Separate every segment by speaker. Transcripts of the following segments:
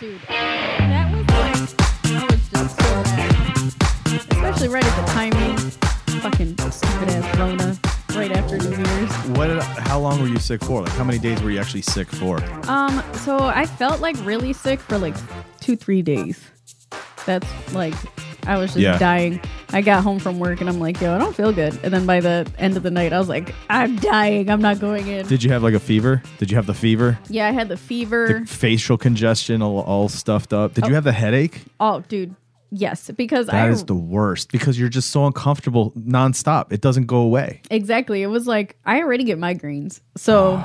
Speaker 1: Dude, that was like, I was just so mad. Especially right at the timing. Fucking stupid ass Rona. Right after New Year's.
Speaker 2: What? did- How long were you sick for? Like, how many days were you actually sick for?
Speaker 1: Um, so I felt like really sick for like two, three days. That's like, I was just
Speaker 2: Yeah.
Speaker 1: dying. I got home from work and I'm like, yo, I don't feel good. And then by the end of the night, I was like, I'm dying. I'm not going in.
Speaker 2: Did you have like a fever? Did you have the fever?
Speaker 1: yeah, I had the fever.
Speaker 2: The facial congestion, all, all stuffed up. Did you have the headache?
Speaker 1: oh, dude. Yes, because I
Speaker 2: That is the worst because you're just so uncomfortable nonstop. It doesn't go away.
Speaker 1: Exactly. It was like I already get migraines. So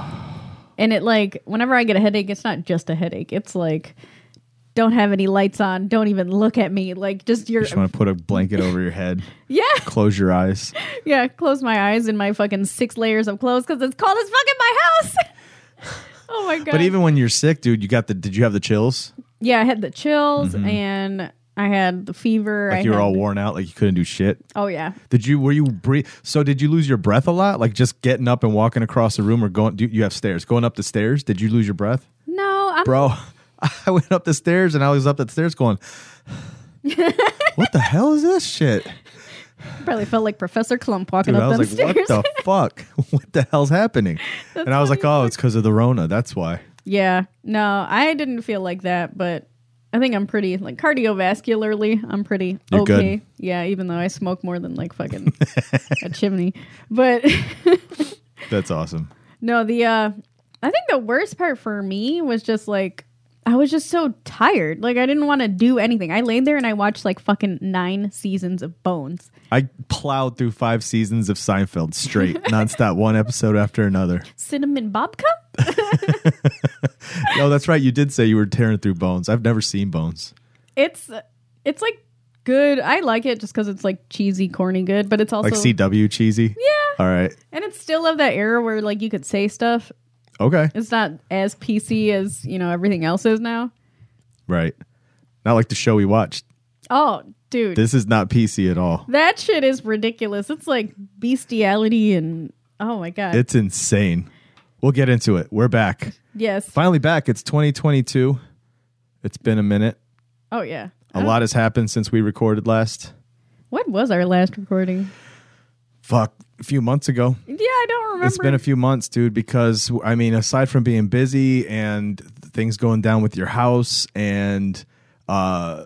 Speaker 1: and it like whenever I get a headache, it's not just a headache. It's like don't have any lights on, don't even look at me. Like just your
Speaker 2: You just want to put a blanket over your head,
Speaker 1: Yeah.
Speaker 2: close your eyes.
Speaker 1: Yeah, close my eyes in my fucking six layers of clothes cuz it's cold as fuck in my house. oh my god.
Speaker 2: But even when you're sick, dude, you got the. Did you have the chills?
Speaker 1: Yeah, I had the chills and I had the fever. I
Speaker 2: Mm-hmm. Like you were
Speaker 1: had-
Speaker 2: all worn out, like you couldn't do shit.
Speaker 1: Oh yeah.
Speaker 2: Did you? Were you breathe? So did you lose your breath a lot? Like just getting up and walking across the room, or going? Do you have stairs? Going up the stairs? Did you lose your breath,
Speaker 1: No, I'm
Speaker 2: bro? I went up the stairs and I was up the stairs going, "What the hell is this shit?"
Speaker 1: probably felt like Professor Clump walking
Speaker 2: Dude,
Speaker 1: up
Speaker 2: I was
Speaker 1: them
Speaker 2: like,
Speaker 1: stairs.
Speaker 2: "What the fuck? What the hell's happening?" and I was like, "Oh, it's because of the Rona. That's why."
Speaker 1: Yeah. No, I didn't feel like that, but I think I'm pretty like cardiovascularly, I'm pretty
Speaker 2: You're
Speaker 1: okay.
Speaker 2: good.
Speaker 1: Yeah, even though I smoke more than like fucking a chimney. But
Speaker 2: That's awesome.
Speaker 1: no, the uh I think the worst part for me was just like I was just so tired. Like I didn't want to do anything. I laid there and I watched like fucking 9 seasons of Bones.
Speaker 2: I plowed through five seasons of Seinfeld straight, nonstop, one episode after another.
Speaker 1: Cinnamon babka?
Speaker 2: Oh, that's right. You did say you were tearing through Bones. I've never seen Bones.
Speaker 1: It's it's like good. I like it just cuz it's like cheesy, corny good, but it's also
Speaker 2: Like CW cheesy. Yeah. All right.
Speaker 1: and it's still of that era where like you could say stuff
Speaker 2: Okay.
Speaker 1: it's not as PC as you know everything else is now.
Speaker 2: Right. Not like the show we watched.
Speaker 1: Oh, dude,
Speaker 2: This is not PC at all.
Speaker 1: that shit is ridiculous. It's like bestiality and oh my god,
Speaker 2: It's insane. We'll get into it. We're back.
Speaker 1: yes,
Speaker 2: Finally back. It's 2022. It's been a minute.
Speaker 1: oh yeah.
Speaker 2: A lot has happened since we recorded last.
Speaker 1: What was our last recording?
Speaker 2: Fuck, a few months ago.
Speaker 1: Yeah, I don't remember.
Speaker 2: It's been a few months, dude, because I mean, aside from being busy and things going down with your house and uh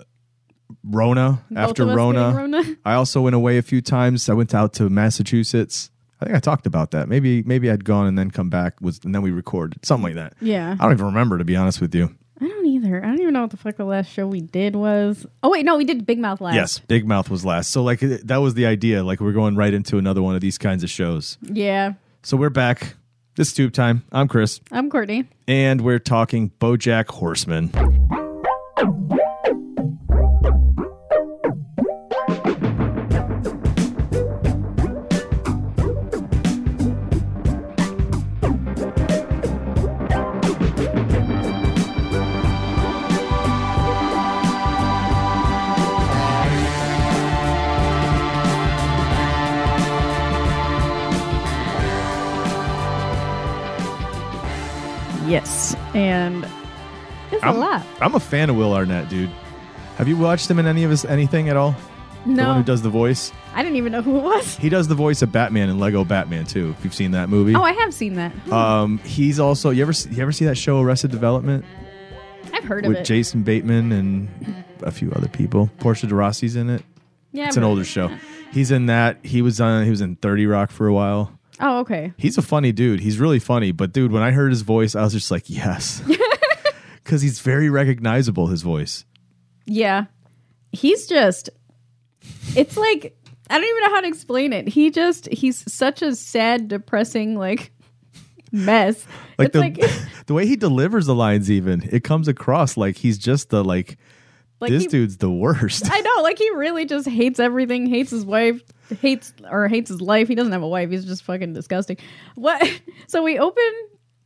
Speaker 2: Rona
Speaker 1: Both
Speaker 2: after
Speaker 1: of us
Speaker 2: Rona,
Speaker 1: getting Rona.
Speaker 2: I also went away a few times. I went out to Massachusetts. I think I talked about that. Maybe maybe I'd gone and then come back was and then we recorded something like that.
Speaker 1: Yeah,
Speaker 2: I don't even remember to be honest with you.
Speaker 1: I don't either. I don't even know what the fuck the last show we did was. Oh wait, no, we did Big Mouth last.
Speaker 2: Yes, Big Mouth was last. So like that was the idea. Like we're going right into another one of these kinds of shows.
Speaker 1: Yeah,
Speaker 2: So we're back. This is tube time. I'm Chris.
Speaker 1: I'm Courtney.
Speaker 2: and we're talking BoJack Horseman.
Speaker 1: Yes, and it's
Speaker 2: I'm,
Speaker 1: a lot.
Speaker 2: I'm a fan of Will Arnett, dude. Have you watched him in any of his anything at all? The one
Speaker 1: No,
Speaker 2: who does the voice.
Speaker 1: I didn't even know who it was.
Speaker 2: He does the voice of Batman in Lego Batman too. If you've seen that movie.
Speaker 1: Oh, I have seen that.
Speaker 2: um, he's also you ever s- you ever see that show Arrested Development
Speaker 1: I've heard of
Speaker 2: with
Speaker 1: it.
Speaker 2: Jason Bateman and a few other people. Portia de Rossi's in it.
Speaker 1: yeah,
Speaker 2: It's
Speaker 1: I've
Speaker 2: an
Speaker 1: heard-
Speaker 2: older show. He's in that. He was on. He was in Thirty Rock for a while.
Speaker 1: Oh, okay.
Speaker 2: He's a funny dude. He's really funny. But dude, when I heard his voice, I was just like, yes, because he's very recognizable. His voice.
Speaker 1: Yeah. He's just it's like I don't even know how to explain it. He just he's such a sad, depressing like mess.
Speaker 2: like
Speaker 1: it's
Speaker 2: the
Speaker 1: like
Speaker 2: the way he delivers the lines, even it comes across like he's just the like,
Speaker 1: Like
Speaker 2: this
Speaker 1: he-
Speaker 2: dude's the worst.
Speaker 1: I know, like he really just hates everything, hates his wife, hates or hates his life. He doesn't have a wife. He's just fucking disgusting. What? So we open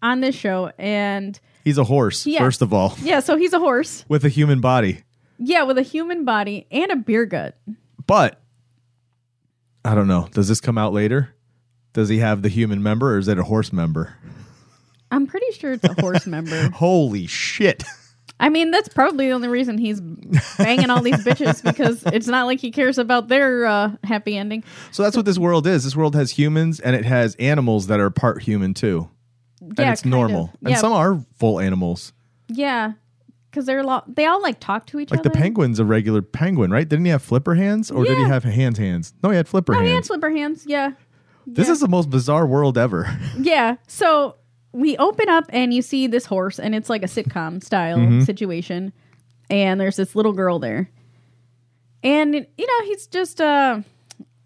Speaker 1: on this show and
Speaker 2: He's a horse,
Speaker 1: Yes.
Speaker 2: first of all,
Speaker 1: yeah, so he's a horse.
Speaker 2: with a human body.
Speaker 1: Yeah, with a human body and a beer gut.
Speaker 2: But I don't know. Does this come out later? Does he have the human member or is it a horse member?
Speaker 1: I'm pretty sure it's a horse member.
Speaker 2: Holy shit.
Speaker 1: I mean, that's probably the only reason he's banging all these bitches because it's not like he cares about their uh, happy ending.
Speaker 2: So that's what this world is. This world has humans and it has animals that are part human too.
Speaker 1: Yeah,
Speaker 2: and it's
Speaker 1: kind of.
Speaker 2: normal. And
Speaker 1: Yeah,
Speaker 2: some are full animals.
Speaker 1: yeah, because they're lo- they all like talk to each
Speaker 2: Like
Speaker 1: other.
Speaker 2: the penguin's a regular penguin, right? Didn't he have flipper hands or did he
Speaker 1: Uh-huh. Yeah.
Speaker 2: have hand hands? No, he had flipper
Speaker 1: Oh, yeah,
Speaker 2: hands.
Speaker 1: slipper hands. Yeah,
Speaker 2: This is the most bizarre world ever.
Speaker 1: yeah. So we open up and you see this horse, and it's like a sitcom style
Speaker 2: Mm-hmm.
Speaker 1: situation, and there's this little girl there, and you know he's just uh,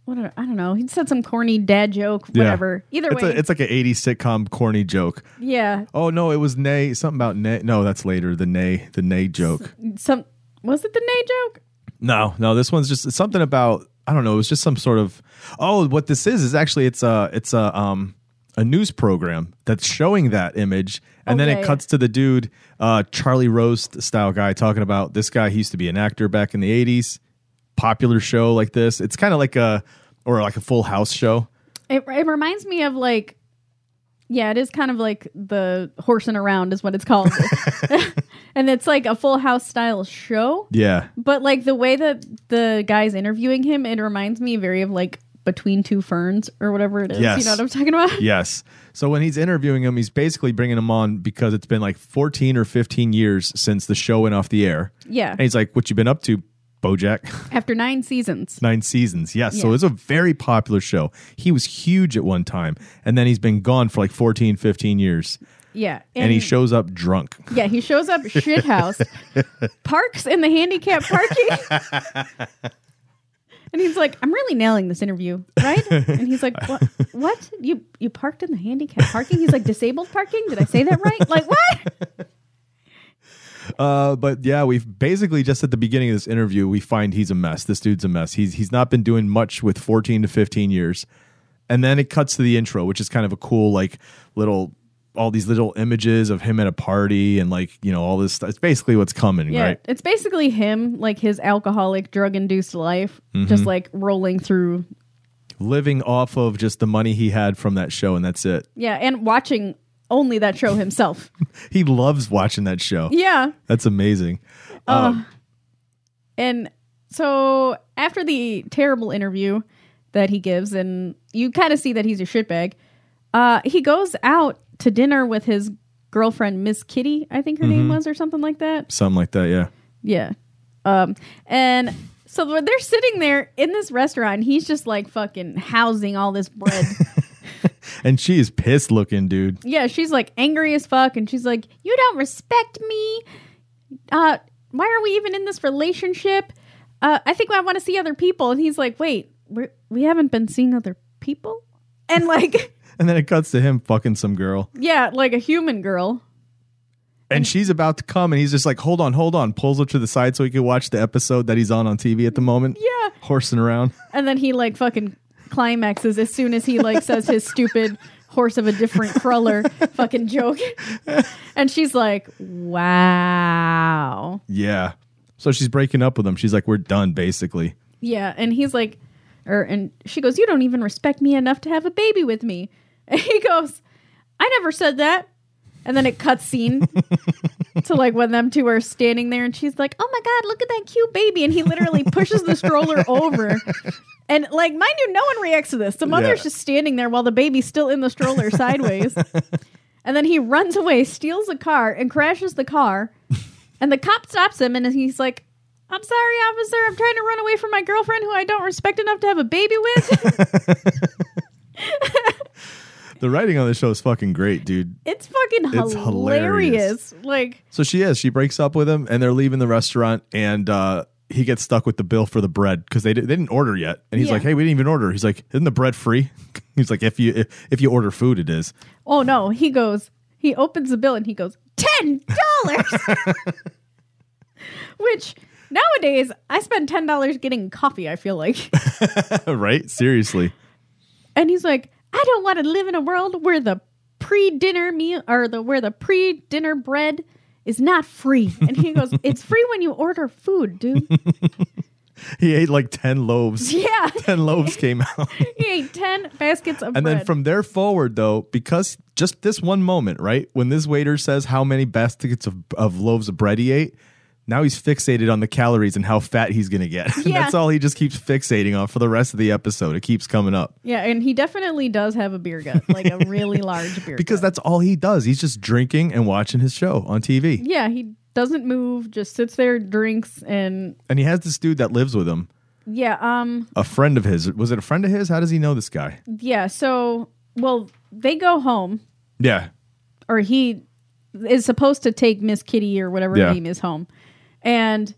Speaker 1: what I don't know. He said some corny dad joke,
Speaker 2: Yeah.
Speaker 1: whatever. Either
Speaker 2: it's,
Speaker 1: way,
Speaker 2: a, it's like an 80s sitcom corny joke.
Speaker 1: yeah.
Speaker 2: Oh no, it was nay something about nay. No, that's later. The nay, the nay joke.
Speaker 1: Some was it the nay joke?
Speaker 2: No, no, this one's just something about I don't know. It was just some sort of oh, what this is is actually it's a it's a um a news program that's showing that image, and
Speaker 1: Oh,
Speaker 2: then
Speaker 1: yeah,
Speaker 2: it
Speaker 1: yeah.
Speaker 2: cuts to the dude uh, Charlie Roast style guy talking about this guy. He used to be an actor back in the eighties. Popular show like this. It's kind of like a or like a Full House show.
Speaker 1: It, it reminds me of like, yeah, it is kind of like the horsing around is what it's called, and it's like a Full House style show.
Speaker 2: Yeah,
Speaker 1: But like the way that the guy's interviewing him, it reminds me very of like Between Two Ferns or whatever it is.
Speaker 2: Yes.
Speaker 1: You know what I'm talking about?
Speaker 2: Yes. So when he's interviewing him, he's basically bringing him on because it's been like 14 or 15 years since the show went off the air.
Speaker 1: Yeah.
Speaker 2: And he's like, What you been up to, Bojack?
Speaker 1: After nine seasons,
Speaker 2: Nine seasons. Yes. So
Speaker 1: Yeah.
Speaker 2: it's a very popular show. He was huge at one time. And then he's been gone for like 14, 15 years.
Speaker 1: yeah,
Speaker 2: And, he shows up drunk.
Speaker 1: yeah he shows up shithouse, parks in the handicap parking. And he's like, I'm really nailing this interview, right? And he's like, what? what? You you parked in the handicap parking? He's like, disabled parking? Did I say that right? Like, what?
Speaker 2: Uh, but yeah, we've basically just at the beginning of this interview, we find he's a mess. This dude's a mess. He's he's not been doing much with 14 to 15 years. And then it cuts to the intro, which is kind of a cool like little all these little images of him at a party and like, you know, all this stuff. It's basically what's coming,
Speaker 1: Yeah,
Speaker 2: right?
Speaker 1: it's basically him, like his alcoholic, drug induced life, just like rolling through
Speaker 2: Living off of just the money he had from that show and that's it.
Speaker 1: Yeah, and watching only that show himself.
Speaker 2: He loves watching that show.
Speaker 1: yeah.
Speaker 2: That's amazing.
Speaker 1: And so after the terrible interview that he gives, and you kind of see that he's a shitbag, uh, he goes out to dinner with his girlfriend, Miss Kitty, I think her name was, or something like that.
Speaker 2: Something like that, yeah.
Speaker 1: Yeah. Um, and so when they're sitting there in this restaurant, and he's just like fucking housing all this bread.
Speaker 2: And she is pissed looking, dude.
Speaker 1: yeah, she's like angry as fuck, and she's like, "You don't respect me. Uh, why are we even in this relationship? Uh, I think I want to see other people." And he's like, "Wait, we we haven't been seeing other people." And like,
Speaker 2: And then it cuts to him fucking some girl.
Speaker 1: yeah, like a human girl.
Speaker 2: and she's about to come and he's just like hold on hold on pulls her to the side so he can watch the episode that he's on on tv at the moment
Speaker 1: Yeah.
Speaker 2: horsing around
Speaker 1: And then he like fucking climaxes as soon as he like says his stupid horse of a different cruller fucking joke. and she's like, "Wow."
Speaker 2: yeah so she's breaking up with him she's like we're done basically
Speaker 1: Yeah, and he's like, or and she goes, "You don't even respect me enough to have a baby with me." And he goes, "I never said that." And then it cuts scene to like when them two are standing there, and she's like, "Oh my god, look at that cute baby!" And he literally pushes the stroller over. And like, mind you, no one reacts to this. The mother's
Speaker 2: Yeah.
Speaker 1: just standing there while the baby's still in the stroller sideways. And then he runs away, steals a car, and crashes the car. and the cop stops him, and he's like, I'm sorry, officer. I'm trying to run away from my girlfriend who I don't respect enough to have a baby with.
Speaker 2: the writing on the show is fucking great dude
Speaker 1: it's fucking
Speaker 2: It's hilarious.
Speaker 1: hilarious. Like,
Speaker 2: so she is she breaks up with him and they're leaving the restaurant and uh he gets stuck with the bill for the bread because they, di- they didn't order yet and he's
Speaker 1: Yeah.
Speaker 2: like hey we didn't even order he's like isn't the bread free he's like if you if, if you order food it is
Speaker 1: oh no, he goes, He opens the bill and he goes, ten dollars. Which nowadays I spend ten dollars getting coffee. I feel like,
Speaker 2: right? Seriously.
Speaker 1: and he's like, I don't want to live in a world where the pre-dinner meal or the where the pre-dinner bread is not free. And he goes, it's free when you order food, dude.
Speaker 2: He ate like 10 loaves.
Speaker 1: yeah,
Speaker 2: 10 loaves came out.
Speaker 1: he ate ten baskets of
Speaker 2: And
Speaker 1: bread.
Speaker 2: then from there forward, though, because just this one moment, right? When this waiter says how many baskets of, of loaves of bread he ate, now he's fixated on the calories and how fat he's going to get. And
Speaker 1: Yeah.
Speaker 2: That's all he just keeps fixating on for the rest of the episode. It keeps coming up
Speaker 1: yeah, and he definitely does have a beer gut, like a really large beer.
Speaker 2: because
Speaker 1: gut.
Speaker 2: that's all he does. He's just drinking and watching his show on TV.
Speaker 1: yeah, he doesn't move, just sits there, drinks, and
Speaker 2: And he has this dude that lives with him,
Speaker 1: yeah, um,
Speaker 2: a friend of his. Was it a friend of his? How does he know this guy?
Speaker 1: Yeah. So, well, they go home,
Speaker 2: Yeah.
Speaker 1: or he is supposed to take Miss Kitty or whatever
Speaker 2: Yeah.
Speaker 1: her name is home, and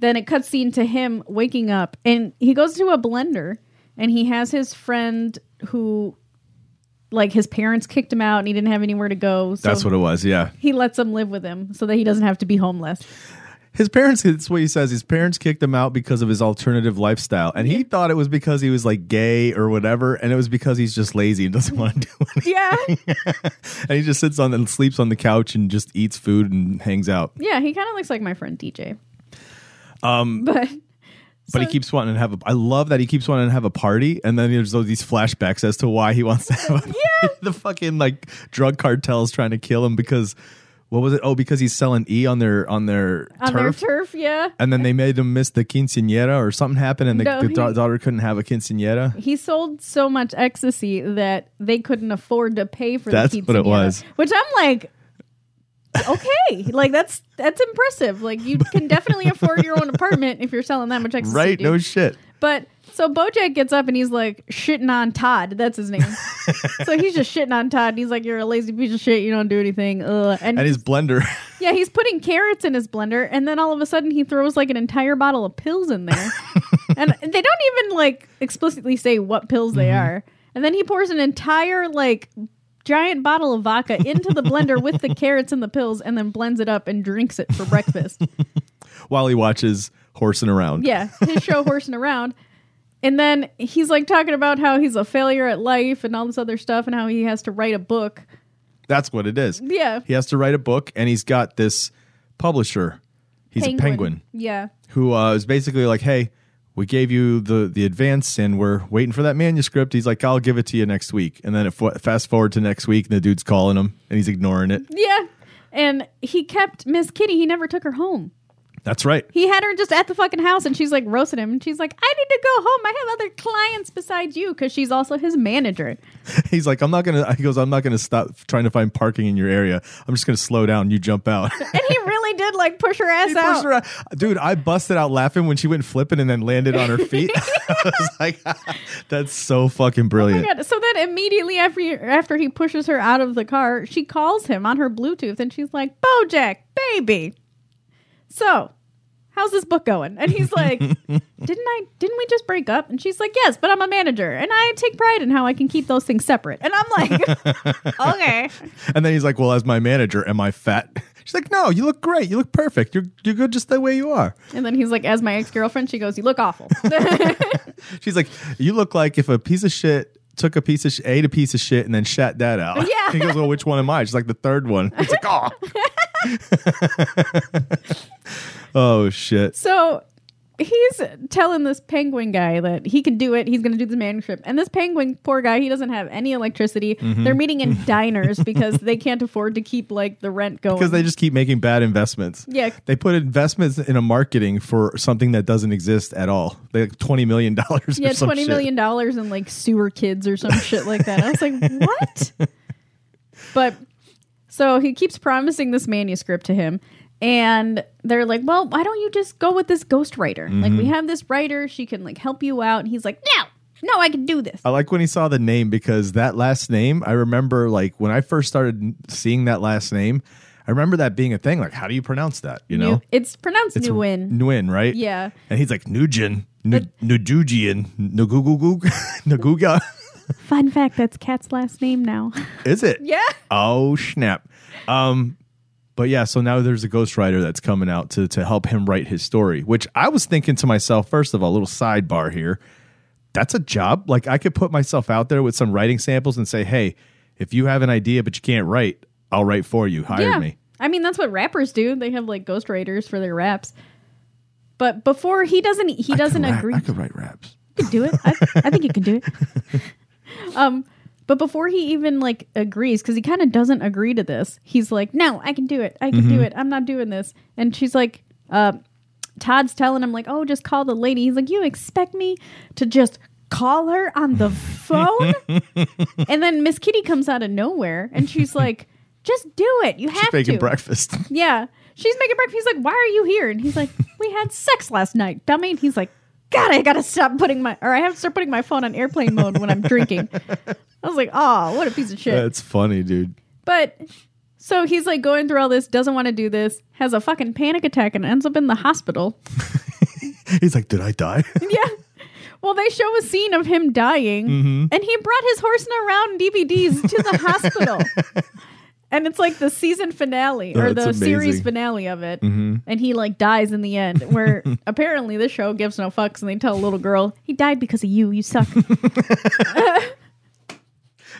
Speaker 1: then it cuts scene to him waking up, and he goes to a blender, and he has his friend who, like, his parents kicked him out, and he didn't have anywhere to go. So
Speaker 2: That's what it was. Yeah.
Speaker 1: he lets him live with him, so that he doesn't have to be homeless.
Speaker 2: His parents, that's what he says. His parents kicked him out because of his alternative lifestyle. And he thought it was because he was like gay or whatever. And it was because he's just lazy and doesn't want to do it.
Speaker 1: Yeah.
Speaker 2: And he just sits on and sleeps on the couch and just eats food and hangs out.
Speaker 1: yeah. He kind of looks like my friend DJ. Um. But.
Speaker 2: But he
Speaker 1: So-
Speaker 2: keeps wanting to have a, I love that he keeps wanting to have a party. And then there's all these flashbacks as to why he wants to have a yeah. the fucking like drug cartels trying to kill him because what was it? Oh, because he's selling E on their, on their
Speaker 1: On
Speaker 2: turf.
Speaker 1: their turf, yeah.
Speaker 2: and then they made him miss the quinceanera or something happened and the,
Speaker 1: No,
Speaker 2: the
Speaker 1: he-
Speaker 2: da- daughter couldn't have a quinceanera.
Speaker 1: he sold so much ecstasy that they couldn't afford to pay for
Speaker 2: That's
Speaker 1: the
Speaker 2: what it
Speaker 1: quinceañera,
Speaker 2: was.
Speaker 1: Which I'm like, okay, like that's that's impressive. Like you can definitely afford your own apartment if you're selling that much ecstasy,
Speaker 2: Right?
Speaker 1: dude.
Speaker 2: No shit.
Speaker 1: but so Bojack gets up and he's like shitting on Todd. That's his name. so he's just shitting on Todd. And he's like, "You're a lazy piece of shit. You don't do anything." Ugh. And,
Speaker 2: And his blender.
Speaker 1: yeah, he's putting carrots in his blender, and then all of a sudden he throws like an entire bottle of pills in there. and they don't even like explicitly say what pills they
Speaker 2: Mm-hmm.
Speaker 1: are. And then he pours an entire like giant bottle of vodka into the blender with the carrots and the pills and then blends it up and drinks it for breakfast.
Speaker 2: while he watches horsing around.
Speaker 1: Yeah, his show horsing around. And then he's like talking about how he's a failure at life and all this other stuff and how he has to write a book.
Speaker 2: That's what it is.
Speaker 1: Yeah.
Speaker 2: He has to write a book and he's got this publisher. He's a penguin
Speaker 1: Yeah.
Speaker 2: who uh, is basically like, hey, we gave you the, the advance and we're waiting for that manuscript. He's like, I'll give it to you next week. And then it f- fast forward to next week and the dude's calling him and he's ignoring it.
Speaker 1: Yeah. And he kept Miss Kitty. He never took her home.
Speaker 2: That's right.
Speaker 1: He had her just at the fucking house, and she's like roasting him, and she's like, "I need to go home. I have other clients besides you," because she's also his manager.
Speaker 2: He's like, I'm not going to, he goes, I'm not going to stop trying to find parking in your area. I'm just going to slow down. You jump out.
Speaker 1: And he really did like push her ass
Speaker 2: He
Speaker 1: out.
Speaker 2: pushed her out. Dude, I busted out laughing when she went flipping and then landed on her feet. I was like, that's so fucking
Speaker 1: Oh my
Speaker 2: brilliant.
Speaker 1: God. So then immediately after after he pushes her out of the car, she calls him on her Bluetooth, and she's like, "Bojack, baby, so." How's this book going? And he's like, "Didn't I? Didn't we just break up?" And she's like, "Yes, but I'm a manager, and I take pride in how I can keep those things separate." And I'm like, "Okay,
Speaker 2: and then he's like, well, as my manager, am I fat? She's like, no, you look great. You look perfect. You're, you're good just the way you are.
Speaker 1: And then he's like, as my ex girlfriend, she goes, You look awful.
Speaker 2: She's like, you look like if a piece of shit took a piece of sh- ate a piece of shit and then shat that out.
Speaker 1: Yeah.
Speaker 2: he goes, well, which one am I? She's like, the third one. It's like, oh. oh, shit.
Speaker 1: so he's telling this penguin guy that he can do it. He's going to do the manuscript. And this penguin, poor guy, he doesn't have any electricity. They're meeting in diners because they can't afford to keep like the rent going.
Speaker 2: Because they just keep making bad investments.
Speaker 1: yeah.
Speaker 2: They put investments in a marketing for something that doesn't exist at all. They like twenty million dollars.
Speaker 1: Yeah,
Speaker 2: or some
Speaker 1: twenty million dollars in like sewer kids or some shit like that. I was like, what? but so he keeps promising this manuscript to him, and they're like, well, why don't you just go with this ghostwriter? Like,
Speaker 2: Mm-hmm.
Speaker 1: we have this writer; she can like help you out. And he's like, no, no, I can do this.
Speaker 2: I like when he saw the name because that last name. I remember like when I first started seeing that last name. I remember that being a thing. Like, how do you pronounce that? You know,
Speaker 1: New- it's pronounced
Speaker 2: It's
Speaker 1: Nguyen.
Speaker 2: Nguyen, right?
Speaker 1: Yeah.
Speaker 2: And he's like Nugin, Nujugian, Nagugugu, Naguga.
Speaker 1: Fun fact: that's Cat's last name now.
Speaker 2: Is it?
Speaker 1: Yeah.
Speaker 2: Oh snap. Um but yeah, so now there's a ghostwriter that's coming out to to help him write his story, which I was thinking to myself, first of all, a little sidebar here. That's a job. Like I could put myself out there with some writing samples and say, "Hey, if you have an idea but you can't write, I'll write for you. Hire
Speaker 1: yeah.
Speaker 2: me."
Speaker 1: I mean, that's what rappers do. They have like ghostwriters for their raps. But before he doesn't, he doesn't
Speaker 2: I could rap-
Speaker 1: agree.
Speaker 2: I could write raps.
Speaker 1: You can do it. I, I think you can do it. Um, but before he even like agrees, because he kind of doesn't agree to this, he's like, "No, I can do it. I can
Speaker 2: Mm-hmm.
Speaker 1: do it. I'm not doing this." And she's like, uh, "Todd's telling him like, oh, just call the lady." He's like, "You expect me to just call her on the phone?" and then Miss Kitty comes out of nowhere, and she's like, "Just do it. You have
Speaker 2: Making
Speaker 1: to."
Speaker 2: breakfast.
Speaker 1: Yeah. She's making breakfast. He's like, Why are you here? And he's like, We had sex last night, dummy. And he's like, God, I gotta stop putting my or I have to start putting my phone on airplane mode when I'm drinking. I was like, Oh, what a piece of shit.
Speaker 2: That's funny, dude.
Speaker 1: but so he's like going through all this, doesn't want to do this, has a fucking panic attack and ends up in the hospital.
Speaker 2: He's like, "Did I die?"
Speaker 1: yeah. Well, they show a scene of him dying, and he brought his horse and around DVDs to the hospital. And it's like the season finale or
Speaker 2: That's
Speaker 1: the series
Speaker 2: amazing.
Speaker 1: finale of it. And he like dies in the end, where apparently the show gives no fucks and they tell a little girl, he died because of you. You suck.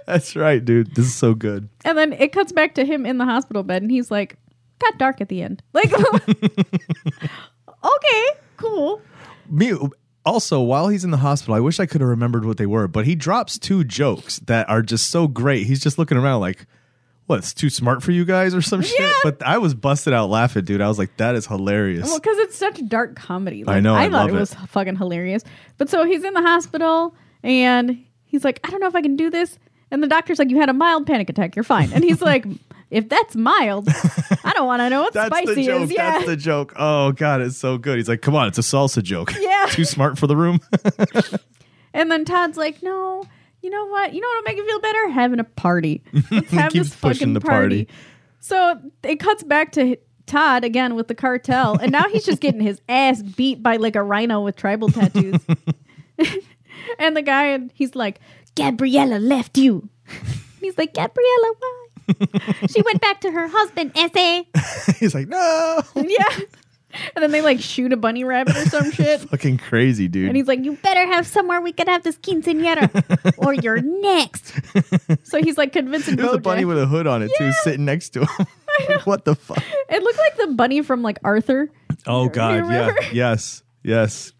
Speaker 2: That's right, dude. This is so good.
Speaker 1: and then it cuts back to him in the hospital bed and he's like, got dark at the end. Like, okay, cool.
Speaker 2: Me also, while he's in the hospital, I wish I could have remembered what they were, but he drops two jokes that are just so great. He's just looking around like, what, it's too smart for you guys or some shit?
Speaker 1: Yeah.
Speaker 2: But I was busted out laughing, dude. I was like, that is hilarious.
Speaker 1: Well, because it's such dark comedy.
Speaker 2: I know, I
Speaker 1: I thought
Speaker 2: love
Speaker 1: it was fucking hilarious. But so he's in the hospital and he's like, I don't know if I can do this. And the doctor's like, You had a mild panic attack. You're fine. And he's like, If that's mild, I don't want to know what
Speaker 2: That's
Speaker 1: spicy
Speaker 2: the joke.
Speaker 1: is. Yeah.
Speaker 2: That's the joke. Oh, God, it's so good. He's like, come on, it's a salsa joke.
Speaker 1: Yeah.
Speaker 2: too smart for the room.
Speaker 1: and then Todd's like, No, you know what? You know what'll make you feel better? Having a party. Let's have
Speaker 2: keeps
Speaker 1: this fucking
Speaker 2: pushing the
Speaker 1: party.
Speaker 2: party.
Speaker 1: So it cuts back to Todd again with the cartel. And now he's just getting his ass beat by like a rhino with tribal tattoos. And the guy, he's like, Gabriella left you. he's like, Gabriella, why? she went back to her husband, S.A.
Speaker 2: he's like, no.
Speaker 1: yeah. And then they like shoot a bunny rabbit or some shit.
Speaker 2: Fucking crazy, dude.
Speaker 1: And he's like, You better have somewhere we could have this quinceanera or you're next. So he's like convincing
Speaker 2: There's a bunny
Speaker 1: Bojack.
Speaker 2: with a hood on it, too, sitting next to him. what the fuck?
Speaker 1: it looked like the bunny from like Arthur.
Speaker 2: Oh, God. Yeah.
Speaker 1: remember?
Speaker 2: Yes. Yes.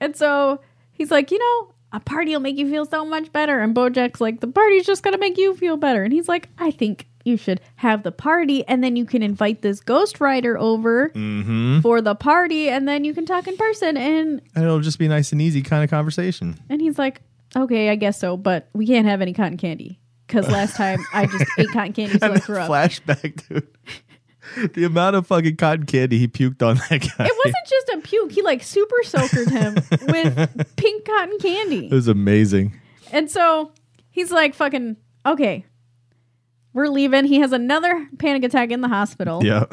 Speaker 1: And so he's like, you know, a party will make you feel so much better. And Bojack's like, the party's just going to make you feel better. And he's like, I think you should have the party and then you can invite this ghostwriter over
Speaker 2: Mm-hmm.
Speaker 1: for the party and then you can talk in person. And,
Speaker 2: And it'll just be nice and easy kind of conversation.
Speaker 1: and he's like, okay, I guess so, but we can't have any cotton candy. Because last time I just ate cotton candy, so I
Speaker 2: and
Speaker 1: threw
Speaker 2: that
Speaker 1: up.
Speaker 2: flashback, dude. The amount of fucking cotton candy he puked on that guy.
Speaker 1: It wasn't just a puke. He like super soakered him with pink cotton candy.
Speaker 2: It was amazing.
Speaker 1: And so he's like, fucking, okay, we're leaving. He has another panic attack in the hospital.
Speaker 2: Yeah.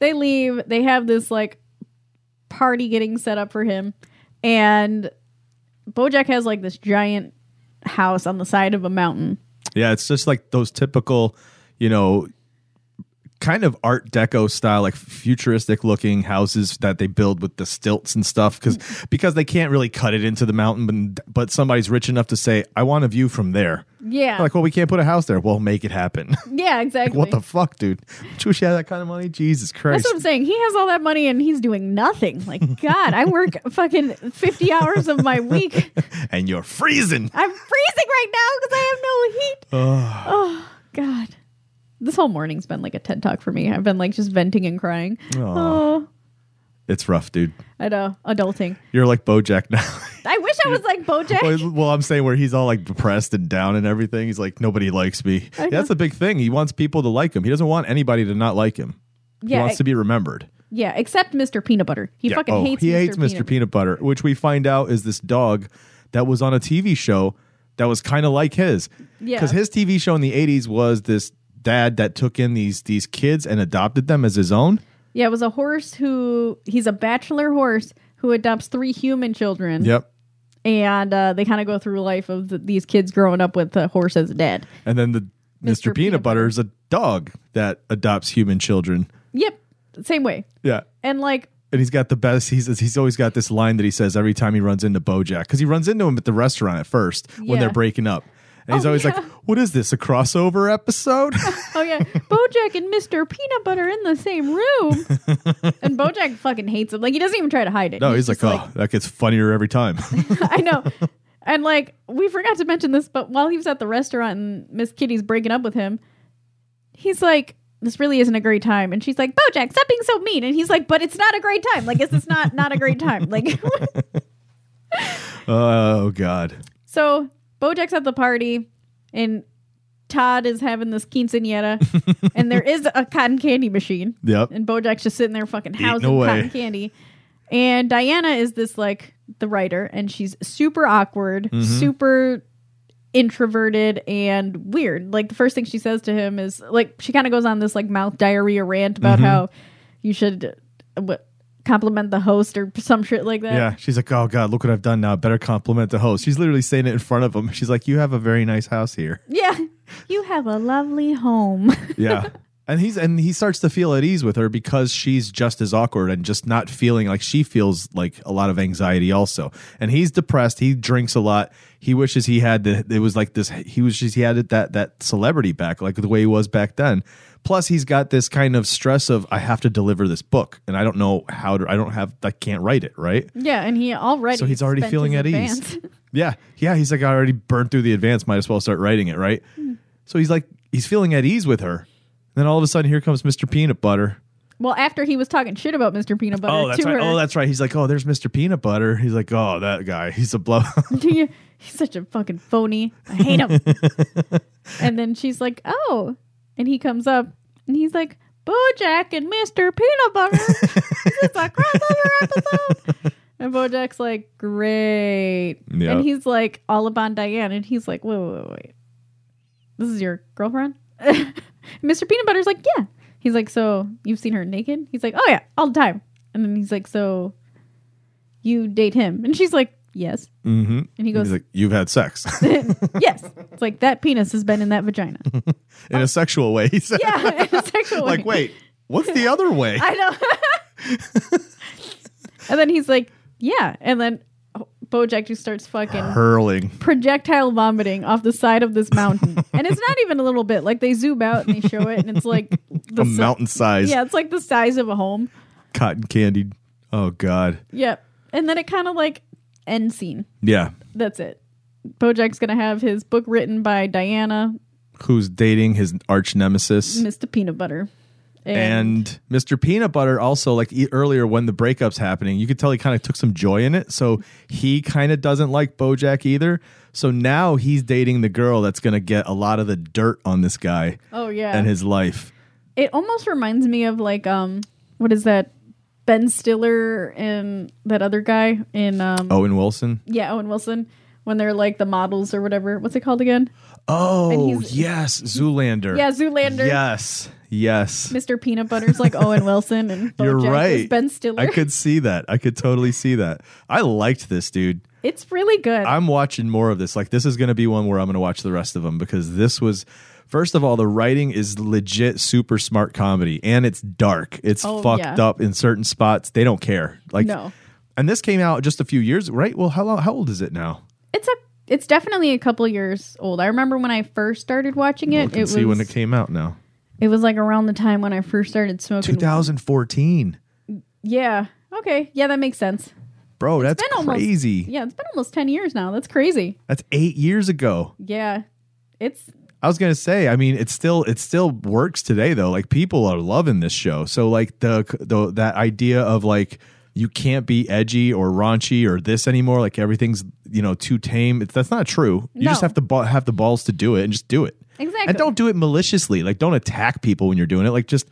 Speaker 1: They leave. They have this like party getting set up for him. And Bojack has like this giant house on the side of a mountain.
Speaker 2: Yeah. It's just like those typical, you know, kind of art deco style, like futuristic looking houses that they build with the stilts and stuff because
Speaker 1: Mm.
Speaker 2: because they can't really cut it into the mountain, but, but somebody's rich enough to say, I want a view from there.
Speaker 1: Yeah.
Speaker 2: They're Like, well, we can't put a house there. Well, make it happen.
Speaker 1: yeah, exactly.
Speaker 2: what the fuck, dude? Don't you wish you had that kind of money? Jesus Christ.
Speaker 1: That's what I'm saying. He has all that money and he's doing nothing. Like, God, I work fucking 50 hours of my week.
Speaker 2: and you're freezing.
Speaker 1: I'm freezing right now because I have no heat.
Speaker 2: Ugh.
Speaker 1: Oh God. This whole morning's been like a TED talk for me. I've been like just venting and crying. Oh,
Speaker 2: it's rough, dude.
Speaker 1: I know. Adulting.
Speaker 2: You're like Bojack now.
Speaker 1: I wish I was like Bojack.
Speaker 2: well, well, I'm saying where he's all like depressed and down and everything. He's like, nobody likes me.
Speaker 1: know.
Speaker 2: That's the big thing. He wants people to like him. He doesn't want anybody to not like him. he
Speaker 1: Yeah,
Speaker 2: wants
Speaker 1: ex-
Speaker 2: to be remembered.
Speaker 1: yeah, except Mr. Peanut Butter. He
Speaker 2: Yeah.
Speaker 1: fucking
Speaker 2: Oh,
Speaker 1: hates
Speaker 2: he
Speaker 1: Mr.
Speaker 2: hates Mr.
Speaker 1: Peanut.
Speaker 2: Peanut, Butter, which we find out is this dog that was on a TV show that was kind of like his.
Speaker 1: Yeah.
Speaker 2: Because his TV show in the 80s was this dad that took in these these kids and adopted them as his own.
Speaker 1: yeah, it was a horse who he's a bachelor horse who adopts three human children.
Speaker 2: Yep.
Speaker 1: and uh, they kind of go through life of th these kids growing up with a horse as a dad.
Speaker 2: And then the Mr.
Speaker 1: Mr.
Speaker 2: Peanut,
Speaker 1: Peanut
Speaker 2: Butter is a dog that adopts human children.
Speaker 1: Yep, same way.
Speaker 2: Yeah.
Speaker 1: And like,
Speaker 2: And he's got the best. He's he's always got this line that he says every time he runs into BoJack because he runs into him at the restaurant at first when
Speaker 1: Yeah.
Speaker 2: they're breaking up, and he's
Speaker 1: Oh,
Speaker 2: always
Speaker 1: yeah.
Speaker 2: like, "What is this? A crossover episode?"
Speaker 1: oh yeah, BoJack and Mister Peanut Butter in the same room, and BoJack fucking hates him. Like he doesn't even try to hide it.
Speaker 2: no, he's like,
Speaker 1: just
Speaker 2: "Oh, that gets funnier every time."
Speaker 1: I know. And like we forgot to mention this, but while he was at the restaurant and Miss Kitty's breaking up with him, he's like, "This really isn't a great time." And she's like, "Bojack, stop being so mean." And he's like, "But it's not a great time. Like, is this not not a great time?" Like,
Speaker 2: oh God.
Speaker 1: so Bojack's at the party, and Todd is having this quinceanera, and there is a cotton candy machine.
Speaker 2: Yep.
Speaker 1: and Bojack's just sitting there fucking housing
Speaker 2: away.
Speaker 1: cotton candy. And Diana is this like the writer, and she's super awkward,
Speaker 2: Mm-hmm.
Speaker 1: super introverted and weird. Like the first thing she says to him is like she kind of goes on this like mouth diarrhea rant
Speaker 2: Mm-hmm.
Speaker 1: about how you should uh, what, compliment the host or some shit like that.
Speaker 2: Yeah, she's like, "Oh God, look what I've done now. Better compliment the host." She's literally saying it in front of him. She's like, "You have a very nice house here."
Speaker 1: Yeah. You have a lovely home.
Speaker 2: Yeah. and he's and he starts to feel at ease with her because she's just as awkward and just not feeling like she feels like a lot of anxiety also. And he's depressed, he drinks a lot. He wishes he had the it was like this he wishes he had it that that celebrity back like the way he was back then. Plus he's got this kind of stress of I have to deliver this book and I don't know how to I don't have I can't write it, right?
Speaker 1: yeah, and he already
Speaker 2: So he's already
Speaker 1: spent
Speaker 2: feeling
Speaker 1: his
Speaker 2: at
Speaker 1: advance.
Speaker 2: ease. Yeah. Yeah. He's like, I already burned through the advance. Might as well start writing it, right? So he's like, he's feeling at ease with her. Then all of a sudden, here comes Mr. Peanut Butter.
Speaker 1: Well, after he was talking shit about Mr. Peanut Butter
Speaker 2: oh, that's
Speaker 1: to
Speaker 2: right.
Speaker 1: her.
Speaker 2: Oh, that's right. He's like, oh, there's Mr. Peanut Butter. He's like, oh, that guy. He's a blow.
Speaker 1: he's such a fucking phony. I hate him. and then she's like, oh. And he comes up and he's like, Bojack and Mr. Peanut Butter. this is a crossover episode. And Bojack's like, great.
Speaker 2: Yeah.
Speaker 1: And he's like, all up on Diane. And he's like, wait, wait, wait, wait. This is your girlfriend? Mr. Peanut Butter's like, yeah. He's like, so you've seen her naked? He's like, oh, yeah, all the time. And then he's like, so you date him? And she's like, yes.
Speaker 2: mm-hmm.
Speaker 1: And he goes,
Speaker 2: He's like, you've had sex
Speaker 1: yes. It's like that penis has been in that vagina.
Speaker 2: in a sexual way. He said,
Speaker 1: Yeah, in a sexual way.
Speaker 2: like, wait, what's the other way?
Speaker 1: I know. and then he's like, yeah. And then Bojack just starts fucking
Speaker 2: Hurling.
Speaker 1: projectile vomiting off the side of this mountain. and it's not even a little bit. Like they zoom out and they show it, and it's like the
Speaker 2: A
Speaker 1: si-
Speaker 2: mountain sized
Speaker 1: Yeah, it's like the size of a home.
Speaker 2: cotton candy. Oh, God.
Speaker 1: Yep. And then it kind of like end scene.
Speaker 2: Yeah.
Speaker 1: That's it. Bojack's gonna have his book written by Diana,
Speaker 2: Who's dating his arch nemesis?
Speaker 1: Mr. Peanut Butter,
Speaker 2: and Mr. Peanut Butter also like e- earlier when the breakup's happening, you could tell he kind of took some joy in it. So he kind of doesn't like BoJack either. So now he's dating the girl that's going to get a lot of the dirt on this guy
Speaker 1: oh yeah,
Speaker 2: and his life.
Speaker 1: it almost reminds me of like um what is that Ben Stiller and that other guy in um
Speaker 2: Owen Wilson.
Speaker 1: yeah Owen Wilson when they're like the models or whatever what's it called again
Speaker 2: Oh
Speaker 1: And he's-
Speaker 2: yes, Zoolander.
Speaker 1: yeah Zoolander
Speaker 2: Yes, yes.
Speaker 1: Mr Peanut Butter's like Owen Wilson and
Speaker 2: You're
Speaker 1: Bojack is
Speaker 2: right.
Speaker 1: Ben Stiller
Speaker 2: I could see that. I could totally see that. I liked this dude.
Speaker 1: it's really good
Speaker 2: I'm watching more of this. Like this is going to be one where I'm going to watch the rest of them because this was first of all the writing is legit super smart comedy and it's dark. It's
Speaker 1: Oh,
Speaker 2: fucked
Speaker 1: yeah.
Speaker 2: up in certain spots. They don't care. Like
Speaker 1: No.
Speaker 2: And this came out just a few years, right? Well, how long, how old is it now?
Speaker 1: it's a it's definitely a couple years old I remember when I first started watching
Speaker 2: I
Speaker 1: it
Speaker 2: can
Speaker 1: it was
Speaker 2: see when it came out now.
Speaker 1: it was like around the time when I first started smoking
Speaker 2: 2014.
Speaker 1: yeah okay yeah that makes sense
Speaker 2: Bro, that's
Speaker 1: been almost-
Speaker 2: crazy.
Speaker 1: yeah it's been almost 10 years now that's crazy
Speaker 2: That's 8 years ago.
Speaker 1: yeah it's
Speaker 2: I was gonna say, I mean, it still it still works today though. Like people are loving this show. So like the the that idea of like you can't be edgy or raunchy or this anymore. Like everything's you know too tame. It's, that's not true. You just
Speaker 1: No.
Speaker 2: have to ba- have the balls to do it and just do it.
Speaker 1: Exactly.
Speaker 2: And don't do it maliciously. Like don't attack people when you're doing it. Like just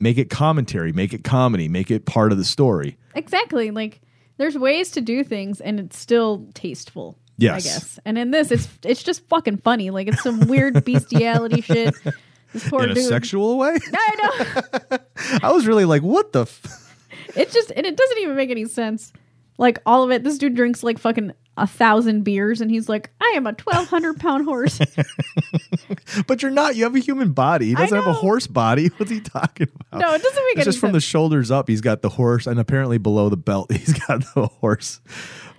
Speaker 2: make it commentary, make it comedy, make it part of the story.
Speaker 1: Exactly. Like there's ways to do things and it's still tasteful.
Speaker 2: Yes.
Speaker 1: I guess. And in this it's it's just fucking funny. Like it's some weird bestiality shit. This poor
Speaker 2: In a
Speaker 1: dude.
Speaker 2: sexual way.
Speaker 1: I know.
Speaker 2: I was really like, what the. F-?
Speaker 1: It's just and it doesn't even make any sense. Like all of it. This dude drinks like fucking a thousand beers, and he's like, I am a twelve hundred pound horse.
Speaker 2: But you're not. You have a human body. He
Speaker 1: I
Speaker 2: doesn't have a
Speaker 1: know.
Speaker 2: horse body. What's he talking about?
Speaker 1: no, it doesn't make
Speaker 2: It's
Speaker 1: any
Speaker 2: just from the
Speaker 1: sense.
Speaker 2: shoulders up. He's got the horse, and apparently below the belt, he's got the horse.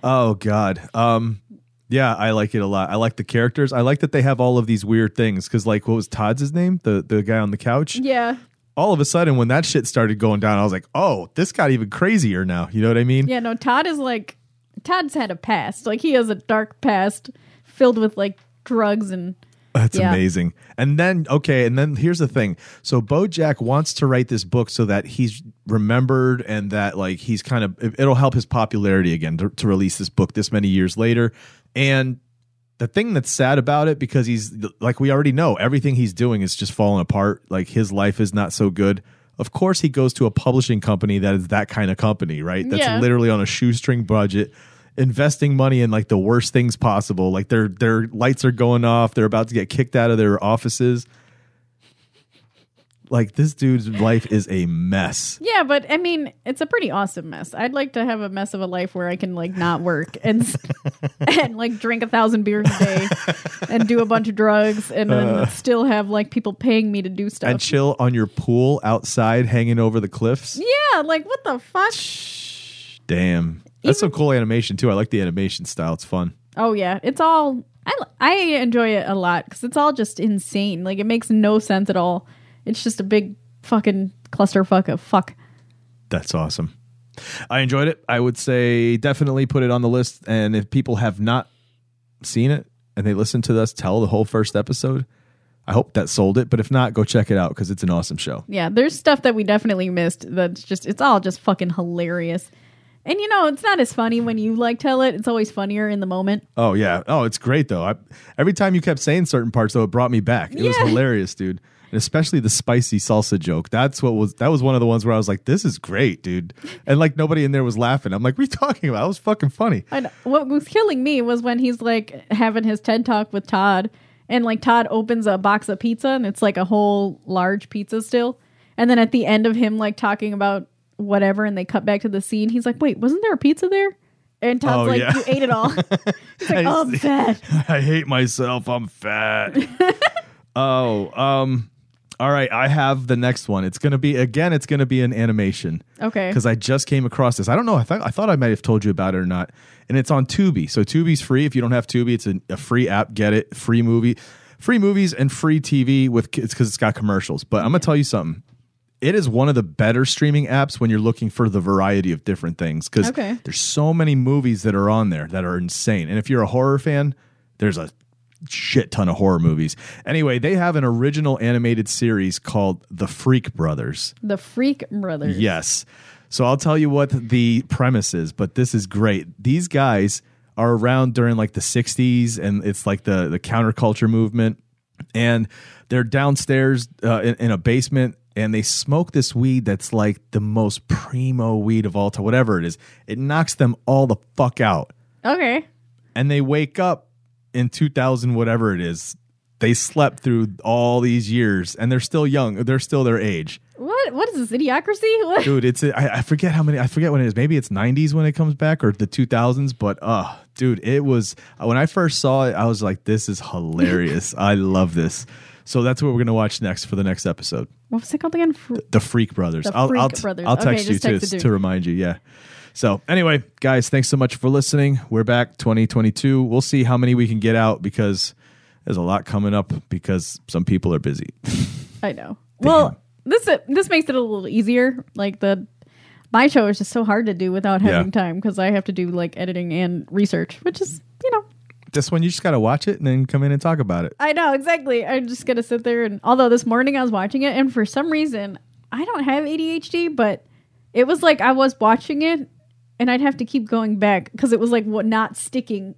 Speaker 2: Oh God. Um. Yeah, I like it a lot. I like the characters. I like that they have all of these weird things because, like, what was Todd's his name? The the guy on the couch.
Speaker 1: yeah,
Speaker 2: All of a sudden, when that shit started going down, I was like, oh, this got even crazier now. You know what I mean?
Speaker 1: yeah. No, Todd is like, Todd's had a past. Like he has a dark past filled with like drugs and
Speaker 2: That's
Speaker 1: Yeah.
Speaker 2: amazing. And then okay, and then here's the thing. So BoJack wants to write this book so that he's remembered and that like he's kind of it- it'll help his popularity again to, to release this book this many years later. And the thing that's sad about it because he's like we already know everything he's doing is just falling apart. Like his life is not so good. Of course, he goes to a publishing company that is that kind of company, right? That's
Speaker 1: Yeah.
Speaker 2: literally on a shoestring budget investing money in like the worst things possible like their their lights are going off they're about to get kicked out of their offices like this dude's life is a mess
Speaker 1: Yeah, but I mean, it's a pretty awesome mess. I'd like to have a mess of a life where I can like not work and s- and like drink a thousand beers a day and do a bunch of drugs and then still have like people paying me to do stuff.
Speaker 2: and chill on your pool outside hanging over the cliffs
Speaker 1: yeah, like what the fuck?
Speaker 2: damn that's some cool animation too i like the animation style it's fun
Speaker 1: Oh yeah, it's all I I enjoy it a lot cuz it's all just insane. Like it makes no sense at all. It's just a big fucking clusterfuck of fuck.
Speaker 2: That's awesome. I enjoyed it. I would say definitely put it on the list. And if people have not seen it and they listen to us tell the whole first episode, I hope that sold it. But if not, go check it out because it's an awesome show.
Speaker 1: Yeah, there's stuff that we definitely missed that's just it's all just fucking hilarious. And you know, it's not as funny when you like tell it. It's always funnier in the moment.
Speaker 2: Oh, yeah. Oh, it's great, though. I, every time you kept saying certain parts, though, it brought me back. It was
Speaker 1: Yeah.
Speaker 2: hilarious, dude. And especially the spicy salsa joke. That's what was, that was one of the ones where I was like, this is great, dude. And like nobody in there was laughing. I'm like, what are you talking about? That was fucking funny.
Speaker 1: And what was killing me was when he's like having his TED talk with Todd and like Todd opens a box of pizza and it's like a whole large pizza still. And then at the end of him like talking about whatever and they cut back to the scene, he's like, "Wait, wasn't there a pizza there?" And Todd's
Speaker 2: Oh,
Speaker 1: like,
Speaker 2: yeah.
Speaker 1: "You ate it all." he's
Speaker 2: I
Speaker 1: like, "Oh,
Speaker 2: see.
Speaker 1: bad."
Speaker 2: I hate myself. I'm fat. oh, um, all right. I have the next one. It's gonna be again. It's gonna be an animation
Speaker 1: Okay.
Speaker 2: because I just came across this. I don't know. I thought I thought I might have told you about it or not. And it's on Tubi. So Tubi's free. If you don't have Tubi, it's a, a free app. Get it. Free movie, free movies, and free TV with it's because it's got commercials. But I'm gonna tell you something. It is one of the better streaming apps when you're looking for the variety of different things because
Speaker 1: Okay.
Speaker 2: there's so many movies that are on there that are insane. And if you're a horror fan, there's a shit ton of horror movies. Anyway, they have an original animated series called The Freak Brothers.
Speaker 1: The Freak Brothers.
Speaker 2: Yes. So I'll tell you what the premise is, but this is great. These guys are around during like the 60s and it's like the the counterculture movement and they're downstairs uh, in, in a basement and they smoke this weed that's like the most primo weed of all time, whatever it is. It knocks them all the fuck out
Speaker 1: Okay.
Speaker 2: and they wake up in 2000 whatever it is. They slept through all these years and they're still young. They're still their age
Speaker 1: What what is this idiocracy? What?
Speaker 2: dude it's I, I forget how many i forget when it is maybe it's 90s when it comes back or the 2000s but uh dude it was when i first saw it i was like this is hilarious i love this so that's what we're gonna watch next for the next episode
Speaker 1: What was it called again? Fr-
Speaker 2: the freak brothers
Speaker 1: The
Speaker 2: i'll
Speaker 1: Freak
Speaker 2: I'll, t-
Speaker 1: Brothers.
Speaker 2: I'll
Speaker 1: Okay,
Speaker 2: text you
Speaker 1: just text
Speaker 2: to,
Speaker 1: it,
Speaker 2: to
Speaker 1: dude.
Speaker 2: remind you yeah so anyway guys thanks so much for listening we're back 2022 we'll see how many we can get out because there's a lot coming up because some people are busy
Speaker 1: I know. Well, this uh, this makes it a little easier. Like the my show is just so hard to do without having time because I have to do like editing and research, which is you know
Speaker 2: this one you just gotta watch it and then come in and talk about it
Speaker 1: I know exactly. I'm just gonna sit there and although this morning I was watching it and for some reason I don't have ADHD, but it was like I was watching it and I'd have to keep going back because it was like what not sticking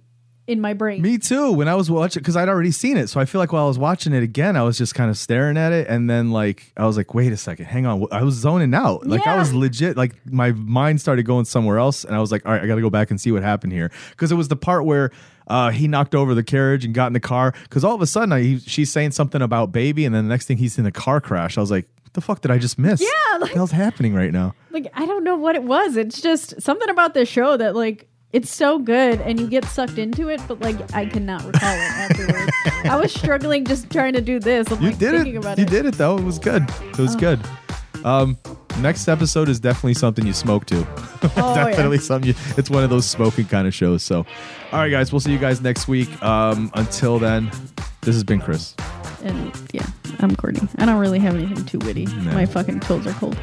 Speaker 1: in my brain.
Speaker 2: Me too. When I was watching, because I'd already seen it, so I feel like while I was watching it again, I was just kind of staring at it, and then like I was like, "Wait a second, hang on." I was zoning out. Like I
Speaker 1: Yeah.
Speaker 2: was legit. Like my mind started going somewhere else, and I was like, "All right, I got to go back and see what happened here," because it was the part where uh, he knocked over the carriage and got in the car. Because all of a sudden, I, he, she's saying something about baby, and then the next thing, he's in a car crash. I was like, "The fuck did I just miss?
Speaker 1: Yeah,
Speaker 2: what
Speaker 1: like-
Speaker 2: the hell's happening right now?"
Speaker 1: like I don't know what it was. It's just something about this show that like It's so good, and you get sucked into it, but like I cannot recall it afterwards. I was struggling just trying to do this. I'm
Speaker 2: You
Speaker 1: like
Speaker 2: did
Speaker 1: thinking
Speaker 2: it.
Speaker 1: about
Speaker 2: you
Speaker 1: it. Oh.
Speaker 2: did it though. It was good. It was good. Um, next episode is definitely something you smoke to.
Speaker 1: Oh, yeah.
Speaker 2: definitely something. You, it's one of those smoking kind of shows. So, all right, guys, we'll see you guys next week. Um, until then, this has been Chris.
Speaker 1: And yeah, I'm Courtney. I don't really have anything too witty. My fucking pills are cold.